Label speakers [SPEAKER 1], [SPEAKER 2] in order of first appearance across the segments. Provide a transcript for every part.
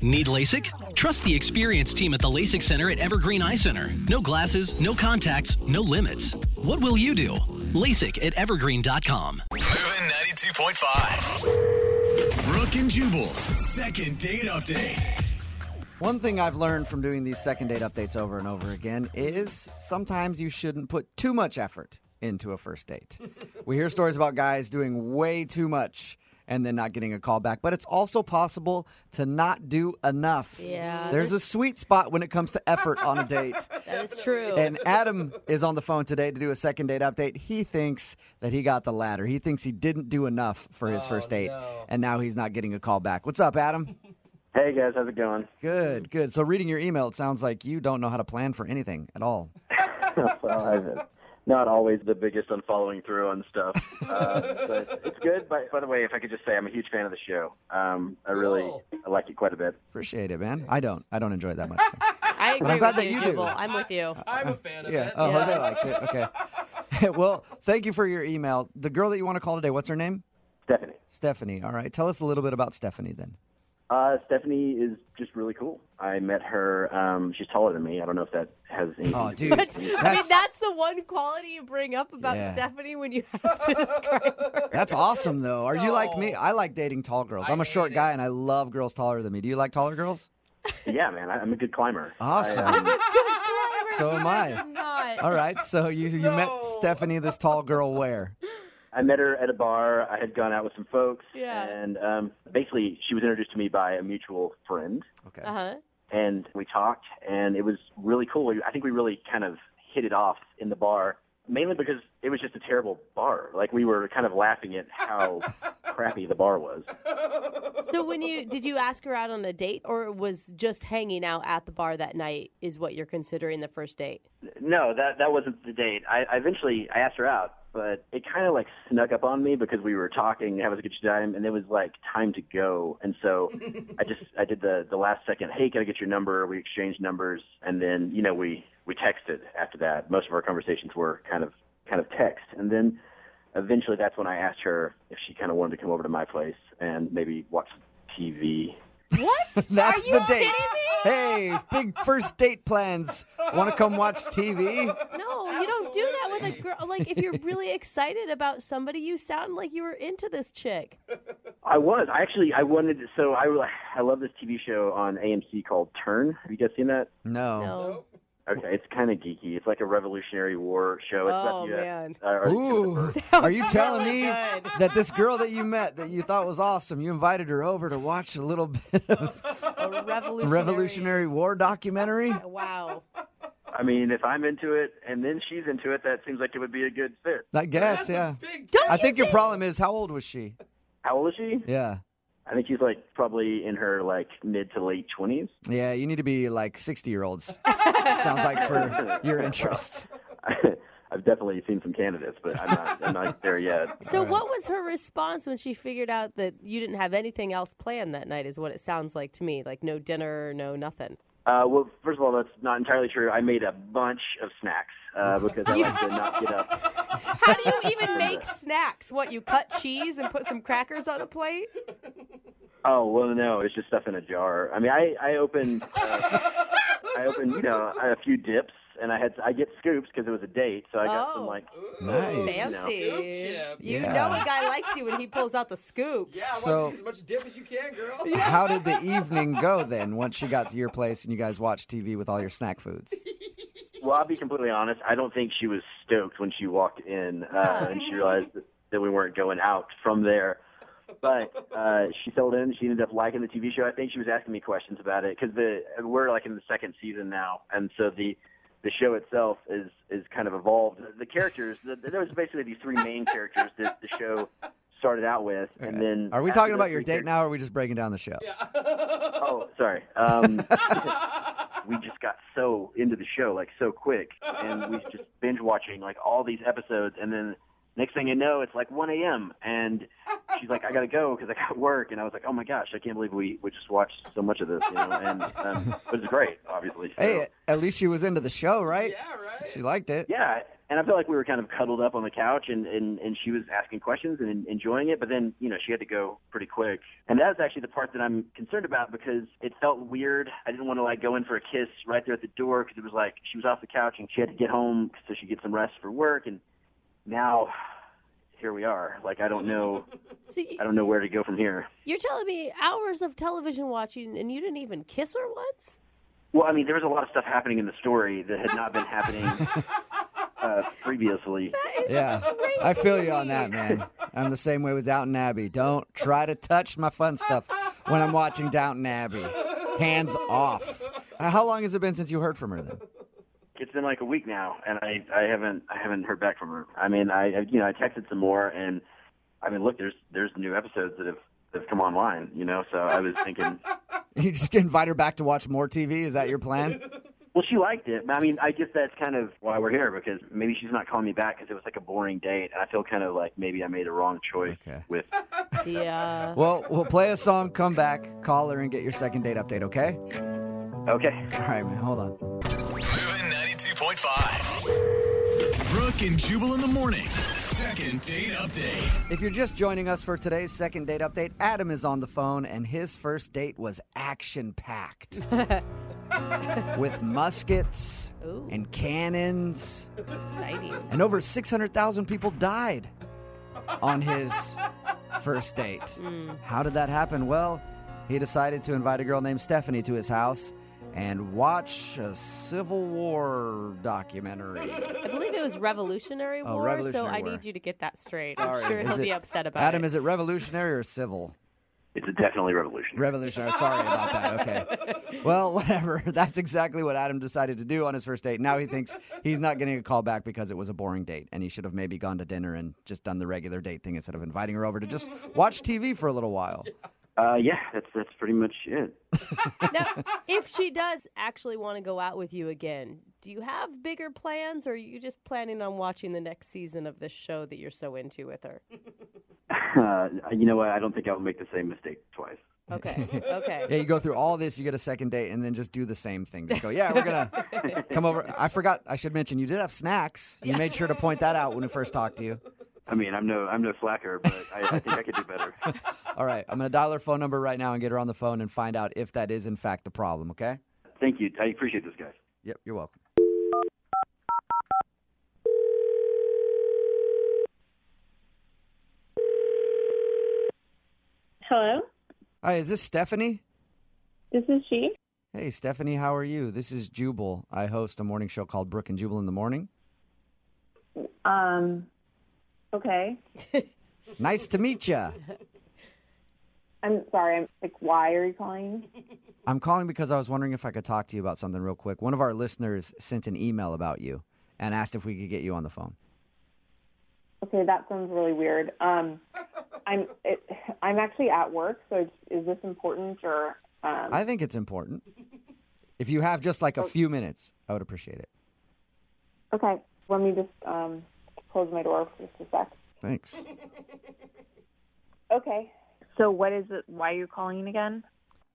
[SPEAKER 1] Need LASIK? Trust the experienced team at the LASIK Center at Evergreen Eye Center. No glasses, no contacts, no limits. What will you do? LASIK at evergreen.com.
[SPEAKER 2] Moving 92.5. Brooke and Jubal's second date update.
[SPEAKER 3] One thing I've learned from doing these second date updates over and over again is sometimes you shouldn't put too much effort into a first date. we hear stories about guys doing way too much and then not getting a call back, but it's also possible to not do enough.
[SPEAKER 4] Yeah.
[SPEAKER 3] There's a sweet spot when it comes to effort on a date.
[SPEAKER 4] That is true.
[SPEAKER 3] And Adam is on the phone today to do a second date update. He thinks that he got the latter. He thinks he didn't do enough for his first date, and now he's not getting a call back. What's up, Adam?
[SPEAKER 5] Hey guys, how's it going?
[SPEAKER 3] Good, good. So reading your email, it sounds like you don't know how to plan for anything at all.
[SPEAKER 5] well, I'm not always the biggest on following through on stuff, uh, but it's good. By, by the way, if I could just say, I'm a huge fan of the show. Um, I really I like it quite a bit.
[SPEAKER 3] Appreciate it, man. I don't. I don't enjoy it that much.
[SPEAKER 4] I agree
[SPEAKER 3] I'm glad
[SPEAKER 4] with
[SPEAKER 3] that
[SPEAKER 4] you,
[SPEAKER 3] you do.
[SPEAKER 4] Jubal. I'm with you.
[SPEAKER 6] I'm a fan of
[SPEAKER 3] yeah.
[SPEAKER 6] it.
[SPEAKER 3] Oh,
[SPEAKER 4] Yeah.
[SPEAKER 3] Jose likes it. Okay. well, thank you for your email. The girl that you want to call today, what's her name?
[SPEAKER 5] Stephanie.
[SPEAKER 3] Stephanie. All right. Tell us a little bit about Stephanie then.
[SPEAKER 5] Uh, Stephanie is just really cool. I met her. Um, she's taller than me. I don't know if that has anything.
[SPEAKER 3] Oh,
[SPEAKER 5] to do-
[SPEAKER 3] dude.
[SPEAKER 4] I mean,
[SPEAKER 3] That's,
[SPEAKER 4] that's the one quality you bring up about
[SPEAKER 3] Yeah.
[SPEAKER 4] Stephanie when you have to describe her.
[SPEAKER 3] that's awesome though. Are you like me? I like dating tall girls. I'm a short guy and I love girls taller than me. Do you like taller girls?
[SPEAKER 5] Yeah, man, I, I'm a good climber.
[SPEAKER 3] Awesome.
[SPEAKER 5] I, um,
[SPEAKER 3] So am I.
[SPEAKER 4] Not.
[SPEAKER 3] All right. So you you met Stephanie, this tall girl, where?
[SPEAKER 5] I met her at a bar. I had gone out with some folks,
[SPEAKER 4] Yeah.
[SPEAKER 5] and um, basically, she was introduced to me by a mutual friend.
[SPEAKER 3] Okay.
[SPEAKER 4] Uh-huh.
[SPEAKER 5] and we talked, and it was really cool. I think we really kind of hit it off in the bar, mainly because it was just a terrible bar. Like we were kind of laughing at how crappy the bar was.
[SPEAKER 4] So when you did you ask her out on a date or it was just hanging out at the bar that night is what you're considering the first date?
[SPEAKER 5] No, that that wasn't the date. I, I eventually I asked her out, but it kind of like snuck up on me because we were talking, having a good time, and it was like time to go. And so I just I did the the last second. Hey, can I get your number? We exchanged numbers, and then you know we we texted after that. Most of our conversations were kind of kind of text, and then eventually that's when I asked her if she kind of wanted to come over to my place and maybe watch TV.
[SPEAKER 3] That's the date. Hey, big first date plans. Want to come watch TV?
[SPEAKER 4] No, you don't do that with a girl. Like if you're really excited about somebody, you sound like you were into this chick.
[SPEAKER 5] I was. I actually I wanted so I I love this TV show on AMC called Turn. Have you guys seen that?
[SPEAKER 3] No.
[SPEAKER 4] No.
[SPEAKER 5] Okay, it's kind of geeky. It's like a Revolutionary War show. It's
[SPEAKER 4] Oh,
[SPEAKER 5] about the, uh,
[SPEAKER 4] man.
[SPEAKER 5] uh, or-
[SPEAKER 3] Ooh. Are you telling me that this girl that you met that you thought was awesome, you invited her over to watch a little bit of
[SPEAKER 4] A revolutionary.
[SPEAKER 3] Revolutionary War documentary?
[SPEAKER 4] Wow.
[SPEAKER 5] I mean, if I'm into it and then she's into it, that seems like it would be a good fit.
[SPEAKER 3] I guess, yeah.
[SPEAKER 6] Big
[SPEAKER 4] Don't
[SPEAKER 3] I
[SPEAKER 4] you
[SPEAKER 3] think your problem is how old was she?
[SPEAKER 5] How old is she?
[SPEAKER 3] Yeah.
[SPEAKER 5] I think she's like probably in her like mid to late twenties.
[SPEAKER 3] Yeah, you need to be like 60 year olds. Sounds like for your interests.
[SPEAKER 5] I've definitely seen some candidates, but I'm not, I'm not there yet.
[SPEAKER 4] So, what was her response when she figured out that you didn't have anything else planned that night? Is what it sounds like to me. Like no dinner, no nothing.
[SPEAKER 5] Uh, well, first of all, that's not entirely true. I made a bunch of snacks uh, because I like to not get up
[SPEAKER 4] How do you even make snacks? What you cut cheese and put some crackers on a plate?
[SPEAKER 5] Oh well, no, it's just stuff in a jar. I mean, I I opened uh, I opened you know a few dips, and I had I get scoops because it was a date, so I got
[SPEAKER 4] Oh.
[SPEAKER 5] some like
[SPEAKER 3] Nice.
[SPEAKER 4] Fancy.
[SPEAKER 6] Scoop chips.
[SPEAKER 4] You
[SPEAKER 3] Yeah.
[SPEAKER 4] know a guy likes you when he pulls out the scoop.
[SPEAKER 6] Yeah, I
[SPEAKER 3] So-
[SPEAKER 6] want you to get as much dip as you can, girl.
[SPEAKER 3] How did the evening go then once she got to your place and you guys watched TV with all your snack foods?
[SPEAKER 5] well, I'll be completely honest. I don't think she was stoked when she walked in uh, and she realized that, that we weren't going out from there. But uh, she sold in. She ended up liking the TV show. I think she was asking me questions about it because the we're like in the second season now, and so the the show itself is is kind of evolved. The characters the, there was basically these three main characters that the show started out with, and then
[SPEAKER 3] Are we
[SPEAKER 5] after
[SPEAKER 3] talking
[SPEAKER 5] those
[SPEAKER 3] about your
[SPEAKER 5] three
[SPEAKER 3] date
[SPEAKER 5] characters-
[SPEAKER 3] now or are we just breaking down the show?
[SPEAKER 5] Oh, sorry. Um, we just got so into the show like so quick, and we just binge watching like all these episodes, and then next thing you know, it's like 1 a.m. and she's like, "I gotta go because I got work," and I was like, "Oh my gosh, I can't believe we we just watched so much of this," you know, and um, but it's great, obviously. So,
[SPEAKER 3] Hey, at least she was into the show, right?
[SPEAKER 6] Yeah, right.
[SPEAKER 3] She liked it.
[SPEAKER 5] yeah, and I felt like we were kind of cuddled up on the couch, and and and she was asking questions and en- enjoying it. But then you know she had to go pretty quick, and that was actually the part that I'm concerned about because it felt weird. I didn't want to like go in for a kiss right there at the door because it was like she was off the couch and she had to get home so she could get some rest for work, and now here we are. Like I don't know,
[SPEAKER 4] So you,
[SPEAKER 5] I don't know where to go from here.
[SPEAKER 4] you're telling me hours of television watching and you didn't even kiss her once?
[SPEAKER 5] Well, I mean, there was a lot of stuff happening in the story that had not been happening uh, previously.
[SPEAKER 3] Yeah. I feel you on that, man. I'm the same way with Downton Abbey. Don't try to touch my fun stuff when I'm watching Downton Abbey. Hands off. Uh, How long has it been since you heard from her then?
[SPEAKER 5] It's been like a week now, and I, I haven't I haven't heard back from her. I mean, I I- you know I texted some more, and I mean, look, there's there's new episodes that have that have come online, you know. So I was thinking,
[SPEAKER 3] You just invite her back to watch more TV? Is that your plan?
[SPEAKER 5] well, she liked it. I mean, I guess that's kind of why we're here because maybe she's not calling me back because it was like a boring date, and I feel kind of like maybe I made a wrong choice
[SPEAKER 3] Okay.
[SPEAKER 5] with.
[SPEAKER 4] Yeah.
[SPEAKER 3] Well, we'll play a song, come back, call her, and get your second date update, okay?
[SPEAKER 5] Okay.
[SPEAKER 3] All right, man, hold on.
[SPEAKER 2] Moving 92.5. Brooke and Jubal in the mornings. Second date update.
[SPEAKER 3] If you're just joining us for today's second date update, Adam is on the phone, and his first date was action packed with muskets
[SPEAKER 4] Ooh.
[SPEAKER 3] and cannons.
[SPEAKER 4] Exciting.
[SPEAKER 3] and over 600,000 people died on his first date.
[SPEAKER 4] Hmm.
[SPEAKER 3] How did that happen? Well, he decided to invite a girl named Stephanie to his house and watch a Civil War documentary.
[SPEAKER 4] I believe it was Revolutionary
[SPEAKER 3] Oh,
[SPEAKER 4] War,
[SPEAKER 3] Revolutionary
[SPEAKER 4] so I
[SPEAKER 3] War.
[SPEAKER 4] need you to get that straight.
[SPEAKER 3] Sorry.
[SPEAKER 4] I'm sure
[SPEAKER 3] Is
[SPEAKER 4] he'll
[SPEAKER 3] it-
[SPEAKER 4] be upset about
[SPEAKER 3] Adam,
[SPEAKER 4] it.
[SPEAKER 3] is it revolutionary or civil?
[SPEAKER 5] It's a definitely revolutionary.
[SPEAKER 3] Revolutionary. Sorry about that. Okay. Well, whatever. That's exactly what Adam decided to do on his first date. Now he thinks he's not getting a call back because it was a boring date and he should have maybe gone to dinner and just done the regular date thing instead of inviting her over to just watch TV for a little while.
[SPEAKER 5] Uh, yeah, that's that's pretty much it.
[SPEAKER 4] now, if she does actually want to go out with you again, do you have bigger plans or are you just planning on watching the next season of this show that you're so into with her?
[SPEAKER 5] Uh, you know what? I don't think I will make the same mistake twice.
[SPEAKER 4] Okay. Okay.
[SPEAKER 3] Yeah, you go through all this, you get a second date, and then just do the same thing. Just go, yeah, we're gonna come over. I forgot. I should mention you did have snacks. You made sure to point that out when we first talked to you.
[SPEAKER 5] I mean, I'm no I'm no slacker, but I, I think I could do better.
[SPEAKER 3] All right, I'm gonna dial her phone number right now and get her on the phone and find out if that is in fact the problem. Okay?
[SPEAKER 5] Thank you. I appreciate this, guys.
[SPEAKER 3] Yep. You're welcome.
[SPEAKER 7] Hello,
[SPEAKER 3] Hi, is this Stephanie?
[SPEAKER 7] this is she.
[SPEAKER 3] Hey, Stephanie, how are you? This is Jubal. I host a morning show called Brooke and Jubal in the Morning.
[SPEAKER 7] Um, okay.
[SPEAKER 3] Nice to meet ya.
[SPEAKER 7] I'm sorry. I'm like, why are you calling?
[SPEAKER 3] I'm calling because I was wondering if I could talk to you about something real quick. One of our listeners sent an email about you and asked if we could get you on the phone.
[SPEAKER 7] Okay, that sounds really weird. Um, I'm it, I'm actually at work, so it's, is this important or? Um,
[SPEAKER 3] I think it's important. If you have just like a few minutes, I would appreciate it.
[SPEAKER 7] okay, let me just um, close my door for just a sec.
[SPEAKER 3] Thanks.
[SPEAKER 7] Okay. So what is it? Why are you calling again?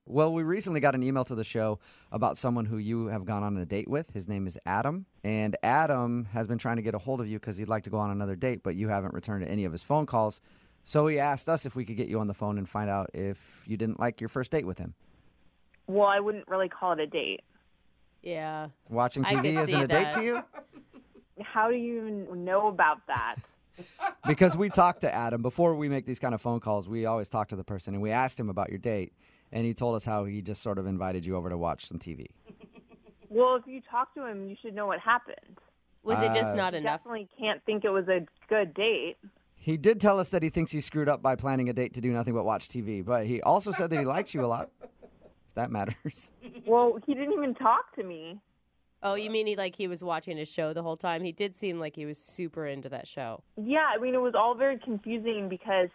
[SPEAKER 3] Well, we recently got an email to the show about someone who you have gone on a date with. His name is Adam. And Adam has been trying to get a hold of you because he'd like to go on another date, but you haven't returned any of his phone calls. So he asked us if we could get you on the phone and find out if you didn't like your first date with him.
[SPEAKER 7] Well, I wouldn't really call it a date.
[SPEAKER 4] Yeah.
[SPEAKER 3] Watching
[SPEAKER 4] I
[SPEAKER 3] TV
[SPEAKER 4] could
[SPEAKER 3] isn't
[SPEAKER 4] see
[SPEAKER 3] a
[SPEAKER 4] that.
[SPEAKER 3] date to you?
[SPEAKER 7] How do you even know about that?
[SPEAKER 3] because we talked to Adam before we make these kind of phone calls. We always talk to the person and we asked him about your date, and he told us how he just sort of invited you over to watch some TV.
[SPEAKER 7] Well, if you talk to him, you should know what happened.
[SPEAKER 4] Was it just not enough?
[SPEAKER 7] Definitely can't think it was a good date.
[SPEAKER 3] He did tell us that he thinks he screwed up by planning a date to do nothing but watch TV, but he also said that he liked you a lot. If That matters.
[SPEAKER 7] Well, he didn't even talk to me.
[SPEAKER 4] Oh, you mean he like he was watching his show the whole time? He did seem like he was super into that show.
[SPEAKER 7] Yeah, I mean, it was all very confusing because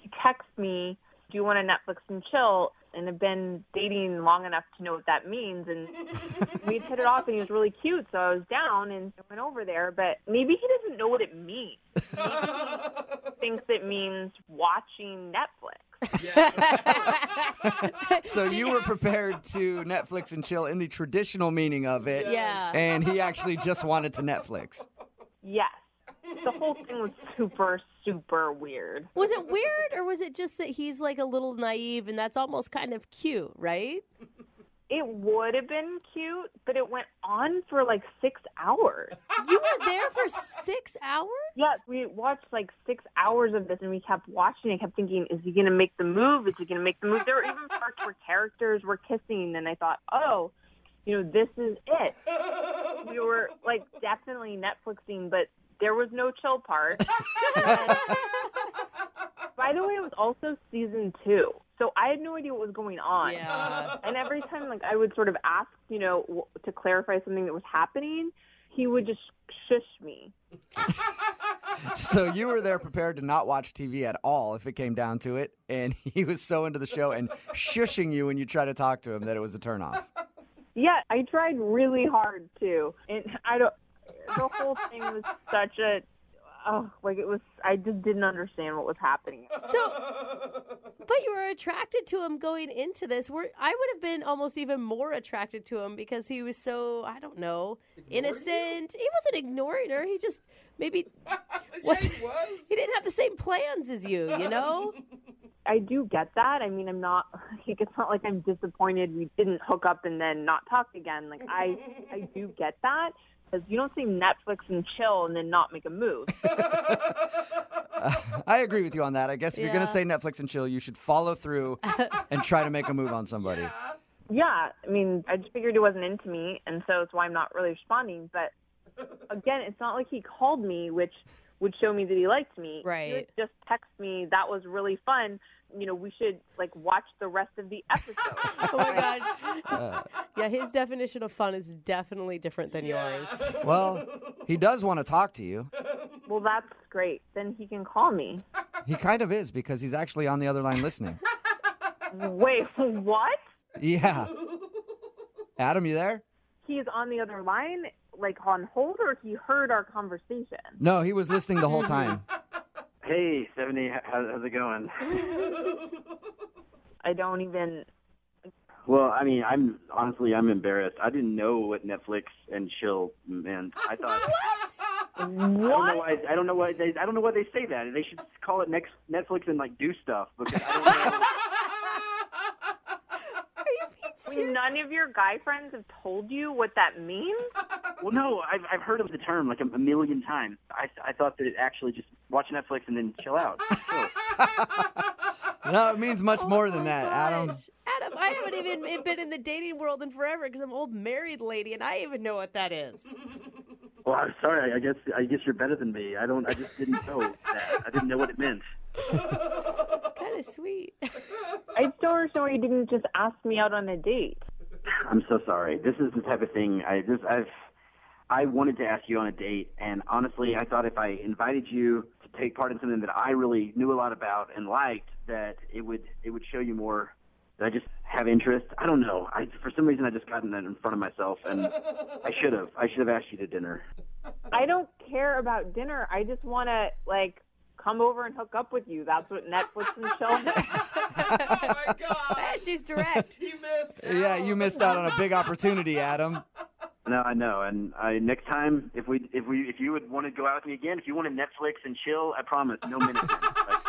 [SPEAKER 7] he texted me, Do you want to Netflix and chill? And I've been dating long enough to know what that means. And we'd hit it off, and he was really cute. So I was down and I went over there. But maybe he doesn't know what it means. Maybe he thinks it means watching Netflix.
[SPEAKER 3] So you were prepared to Netflix and chill in the traditional meaning of it,
[SPEAKER 4] Yeah.
[SPEAKER 3] and he actually just wanted to Netflix.
[SPEAKER 7] Yes. The whole thing was super, super weird.
[SPEAKER 4] Was it weird or was it just that he's like a little naive and that's almost kind of cute, right?
[SPEAKER 7] It would have been cute, but it went on for like six hours.
[SPEAKER 4] You were there for six hours?
[SPEAKER 7] Yes, we watched like six hours of this, and we kept watching. I kept thinking, "Is he going to make the move? Is he going to make the move?" There were even parts where characters were kissing, and I thought, "Oh, you know, this is it." We were like definitely Netflixing, but there was no chill part. And- by the way, it was also season two, so I had no idea what was going on.
[SPEAKER 4] Yeah.
[SPEAKER 7] And every time, like, I would sort of ask, you know, w- to clarify something that was happening, he would just shush me.
[SPEAKER 3] So you were there prepared to not watch TV at all if it came down to it, and he was so into the show and shushing you when you try to talk to him that it was a turnoff.
[SPEAKER 7] Yeah, I tried really hard too, and I don't. The whole thing was such a, oh, like it was. I just didn't understand what was happening.
[SPEAKER 4] So, but you were attracted to him going into this. Were I would have been almost even more attracted to him because he was so I don't know innocent. He wasn't ignoring her. He just maybe was.
[SPEAKER 6] It was.
[SPEAKER 4] He didn't have the same plans as you, you know?
[SPEAKER 7] I do get that. I mean, I'm not. Like, it's not like I'm disappointed we didn't hook up and then not talk again. Like I, I do get that because you don't see Netflix and chill and then not make a move.
[SPEAKER 3] I agree with you on that. I guess if you're going
[SPEAKER 4] Yeah.
[SPEAKER 3] to say Netflix and chill, you should follow through and try to make a move on somebody.
[SPEAKER 7] yeah, I mean, I just figured he wasn't into me, and so it's why I'm not really responding. But again, it's not like he called me, which would show me that he liked me. He
[SPEAKER 4] Right.
[SPEAKER 7] would just text me, that was really fun. You know, we should like watch the rest of the episode.
[SPEAKER 4] Oh my god. yeah, his definition of fun is definitely different than yours.
[SPEAKER 3] Well, he does want to talk to you.
[SPEAKER 7] well, that's great. Then he can call me.
[SPEAKER 3] He kind of is because he's actually on the other line listening.
[SPEAKER 7] Wait, what?
[SPEAKER 3] Yeah. Adam, you there?
[SPEAKER 7] He's on the other line, like on hold, or he heard our conversation.
[SPEAKER 3] No, he was listening the whole time.
[SPEAKER 5] Hey, 70, how- how's it going?
[SPEAKER 7] I don't even.
[SPEAKER 5] Well, I mean, I'm honestly, I'm embarrassed. I didn't know what Netflix and chill meant. I thought I don't know
[SPEAKER 7] What?
[SPEAKER 5] why. I don't know why they. I don't know why they say that. They should call it next Netflix and like do stuff because I don't know.
[SPEAKER 7] I mean, None of your guy friends have told you what that means.
[SPEAKER 5] well, no, I've I've heard of the term like a, a million times. I I thought that it actually just watch Netflix and then chill out. Chill.
[SPEAKER 3] No, it means much
[SPEAKER 4] Oh
[SPEAKER 3] more than
[SPEAKER 4] my
[SPEAKER 3] that, Adam.
[SPEAKER 4] gosh. Adam, I haven't even been in the dating world in forever because I'm an old married lady and I even know what that is.
[SPEAKER 5] Well, I'm sorry. I guess I guess you're better than me. I don't. I just didn't know that. I didn't know what it meant.
[SPEAKER 4] Kind of sweet.
[SPEAKER 7] I still understand why you didn't just ask me out on a date.
[SPEAKER 5] I'm so sorry. This is the type of thing I just I've I wanted to ask you on a date, and honestly, I thought if I invited you to take part in something that I really knew a lot about and liked, that it would it would show you more that I just have interest. I don't know. I for some reason I just gotten that in front of myself, and I should have. I should have asked you to dinner.
[SPEAKER 7] I don't care about dinner. I just want to like come over and hook up with you. That's what Netflix and chill.
[SPEAKER 6] Oh my god.
[SPEAKER 4] Ah, She's direct.
[SPEAKER 6] He missed.
[SPEAKER 3] Yeah,
[SPEAKER 6] out.
[SPEAKER 3] you missed out on a big opportunity, Adam.
[SPEAKER 5] No, I know, and I next time if we if we if you would want to go out with me again, if you want to Netflix and chill, I promise, no minute. Like,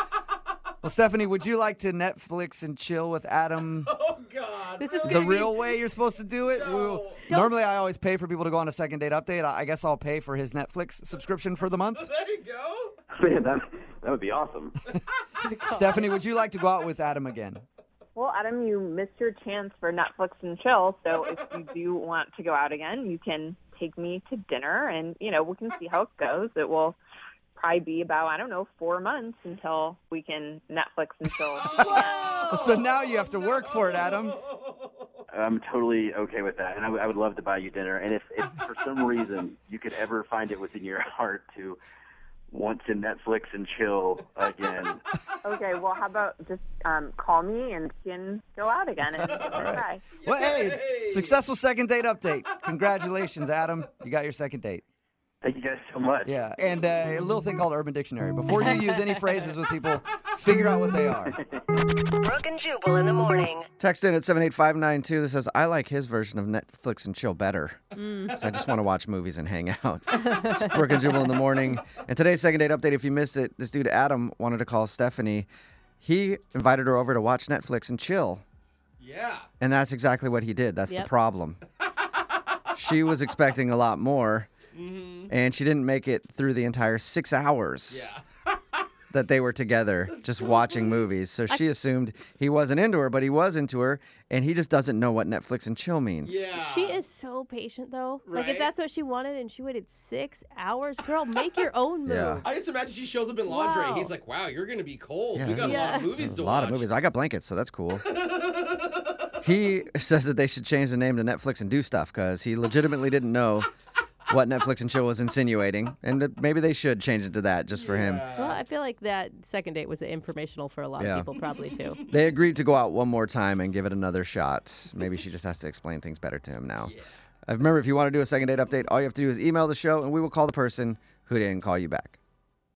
[SPEAKER 3] Well, Stephanie, would you like to Netflix and chill with Adam
[SPEAKER 6] Oh god.
[SPEAKER 4] This is
[SPEAKER 6] really?
[SPEAKER 3] the
[SPEAKER 4] gonna be-
[SPEAKER 3] real way you're supposed to do it?
[SPEAKER 6] No.
[SPEAKER 3] We'll-
[SPEAKER 4] Don't-
[SPEAKER 3] Normally, I always pay for people to go on a second date update. I I guess I'll pay for his Netflix subscription for the month.
[SPEAKER 6] There you go.
[SPEAKER 5] man, that that would be awesome.
[SPEAKER 3] Stephanie, would you like to go out with Adam again?
[SPEAKER 7] well, Adam, you missed your chance for Netflix and chill. So if you do want to go out again, you can take me to dinner, and you know we can see how it goes. It will probably be about I don't know four months until we can Netflix and chill.
[SPEAKER 4] Oh,
[SPEAKER 3] So now you have to work for it, Adam.
[SPEAKER 5] I'm totally okay with that, and I, w- I would love to buy you dinner. And if, if for some reason you could ever find it within your heart to want to Netflix and chill again,
[SPEAKER 7] okay, well, how about just um, call me and we can go out again and try.
[SPEAKER 3] Well, hey, successful second date update. Congratulations, Adam. You got your second date.
[SPEAKER 5] Thank you guys so much.
[SPEAKER 3] Yeah, and uh, a little thing called Urban Dictionary. Before you use any phrases with people, figure out what they are.
[SPEAKER 8] Brooke and Jubal in the morning.
[SPEAKER 3] Text in at 78592 that says, I like his version of Netflix and chill better. So I just want to watch movies and hang out. it's Brooke and Jubal in the morning. And today's second date update, if you missed it, this dude Adam wanted to call Stephanie. He invited her over to watch Netflix and chill.
[SPEAKER 6] Yeah.
[SPEAKER 3] And that's exactly what he did. That's
[SPEAKER 4] Yep.
[SPEAKER 3] the problem. she was expecting a lot more,
[SPEAKER 6] Mm-hmm.
[SPEAKER 3] and she didn't make it through the entire six hours that they were together just watching movies. So she assumed he wasn't into her, but he was into her, and he just doesn't know what Netflix and chill means.
[SPEAKER 6] Yeah.
[SPEAKER 4] She is so patient, though. Like,
[SPEAKER 6] Right?
[SPEAKER 4] if that's what she wanted and she waited six hours, girl, make your own move.
[SPEAKER 3] Yeah.
[SPEAKER 6] I just imagine she shows up in laundry.
[SPEAKER 4] Wow.
[SPEAKER 6] He's like, "Wow, you're gonna be cold.
[SPEAKER 3] Yeah,
[SPEAKER 6] we
[SPEAKER 3] this
[SPEAKER 6] got
[SPEAKER 3] is-
[SPEAKER 6] a lot of
[SPEAKER 4] Yeah.
[SPEAKER 6] movies
[SPEAKER 3] A
[SPEAKER 6] to
[SPEAKER 3] lot
[SPEAKER 6] watch."
[SPEAKER 3] of movies. I got blankets, so that's cool. he says that they should change the name to Netflix and do stuff because he legitimately didn't know what Netflix and chill was insinuating, and that maybe they should change it to that just for him.
[SPEAKER 4] Well, I feel like that second date was informational for a lot
[SPEAKER 3] Yeah.
[SPEAKER 4] of people, probably, too.
[SPEAKER 3] They agreed to go out one more time and give it another shot. Maybe she just has to explain things better to him now. Uh, Remember, if you want to do a second date update, all you have to do is email the show and we will call the person who didn't call you back.